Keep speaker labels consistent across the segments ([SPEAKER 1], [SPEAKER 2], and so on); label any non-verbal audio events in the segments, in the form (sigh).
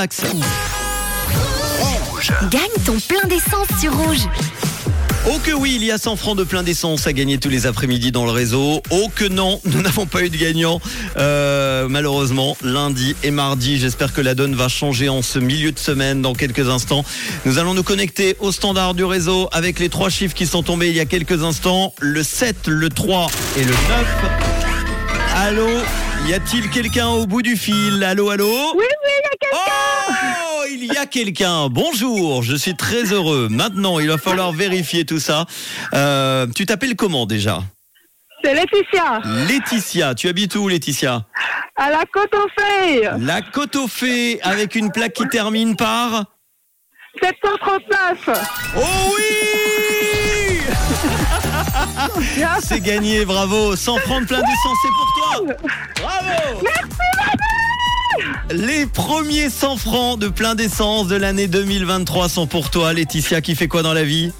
[SPEAKER 1] Accent.
[SPEAKER 2] Gagne ton plein d'essence sur rouge.
[SPEAKER 1] Oh que oui, il y a 100 francs de plein d'essence à gagner tous les après-midi dans le réseau. Oh que non, (laughs) nous n'avons pas eu de gagnant. Euh, malheureusement, lundi et mardi, j'espère que la donne va changer en ce milieu de semaine dans quelques instants. Nous allons nous connecter au standard du réseau avec les trois chiffres qui sont tombés il y a quelques instants. Le 7, le 3 et le 9. Allô, y a-t-il quelqu'un au bout du fil Allô, allô Oui, oui, il y a quelqu'un Oh, il y a quelqu'un Bonjour, je suis très heureux. Maintenant, il va falloir vérifier tout ça. Euh, tu t'appelles comment déjà
[SPEAKER 3] C'est Laetitia,
[SPEAKER 1] Laetitia, tu habites où Laetitia
[SPEAKER 3] à la côte aux feuilles,
[SPEAKER 1] La côte aux fées avec une plaque qui termine par...
[SPEAKER 3] 739.
[SPEAKER 1] Oh oui C'est gagné, bravo 100 francs de plein d'essence, c'est pour toi Bravo Les premiers 100 francs de plein d'essence de l'année 2023 sont pour toi, Laetitia, qui fait quoi dans la vie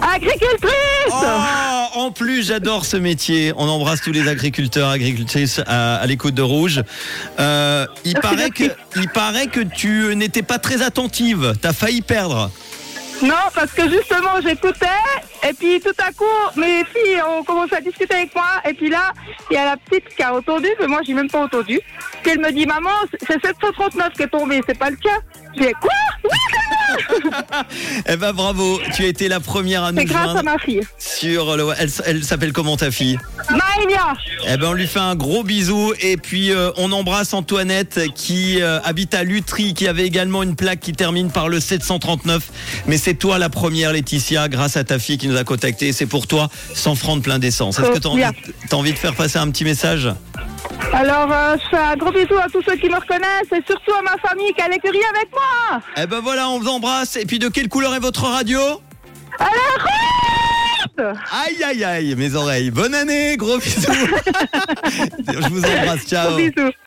[SPEAKER 3] Agricultrice
[SPEAKER 1] Oh, En plus, j'adore ce métier. On embrasse tous les agriculteurs, agricultrices à, à l'écoute de Rouge. Euh, il, paraît que, il paraît que tu n'étais pas très attentive. T'as failli perdre.
[SPEAKER 3] Non, parce que justement, j'écoutais, et puis tout à coup, mes filles ont commencé à discuter avec moi, et puis là, il y a la petite qui a entendu, mais moi, j'ai même pas entendu, qu'elle me dit, maman, c'est 739 qui est tombé, c'est pas le cas. J'ai dit, quoi
[SPEAKER 1] Eh ben bravo, tu as été la première à
[SPEAKER 3] C'est
[SPEAKER 1] nous
[SPEAKER 3] grâce à
[SPEAKER 1] joindre
[SPEAKER 3] ma fille.
[SPEAKER 1] sur le... Elle, elle s'appelle comment ta fille
[SPEAKER 3] Maëlia
[SPEAKER 1] Eh ben on lui fait un gros bisou et puis euh, on embrasse Antoinette qui euh, habite à Lutry, qui avait également une plaque qui termine par le 739. Mais c'est toi la première Laetitia, grâce à ta fille qui nous a contacté. C'est pour toi 100 francs de plein d'essence. Est-ce que t'as envie,
[SPEAKER 3] Bien.
[SPEAKER 1] t'as envie de faire passer un petit message
[SPEAKER 3] Alors, euh, je fais un gros bisou à tous ceux qui me reconnaissent, et surtout à ma famille qui a l'écurie avec moi
[SPEAKER 1] Eh ben voilà, on vous embrasse. Et puis de quelle couleur est votre radio Aïe aïe aïe, mes oreilles. Bonne année, gros bisous. Je vous embrasse, ciao.
[SPEAKER 3] Gros bisous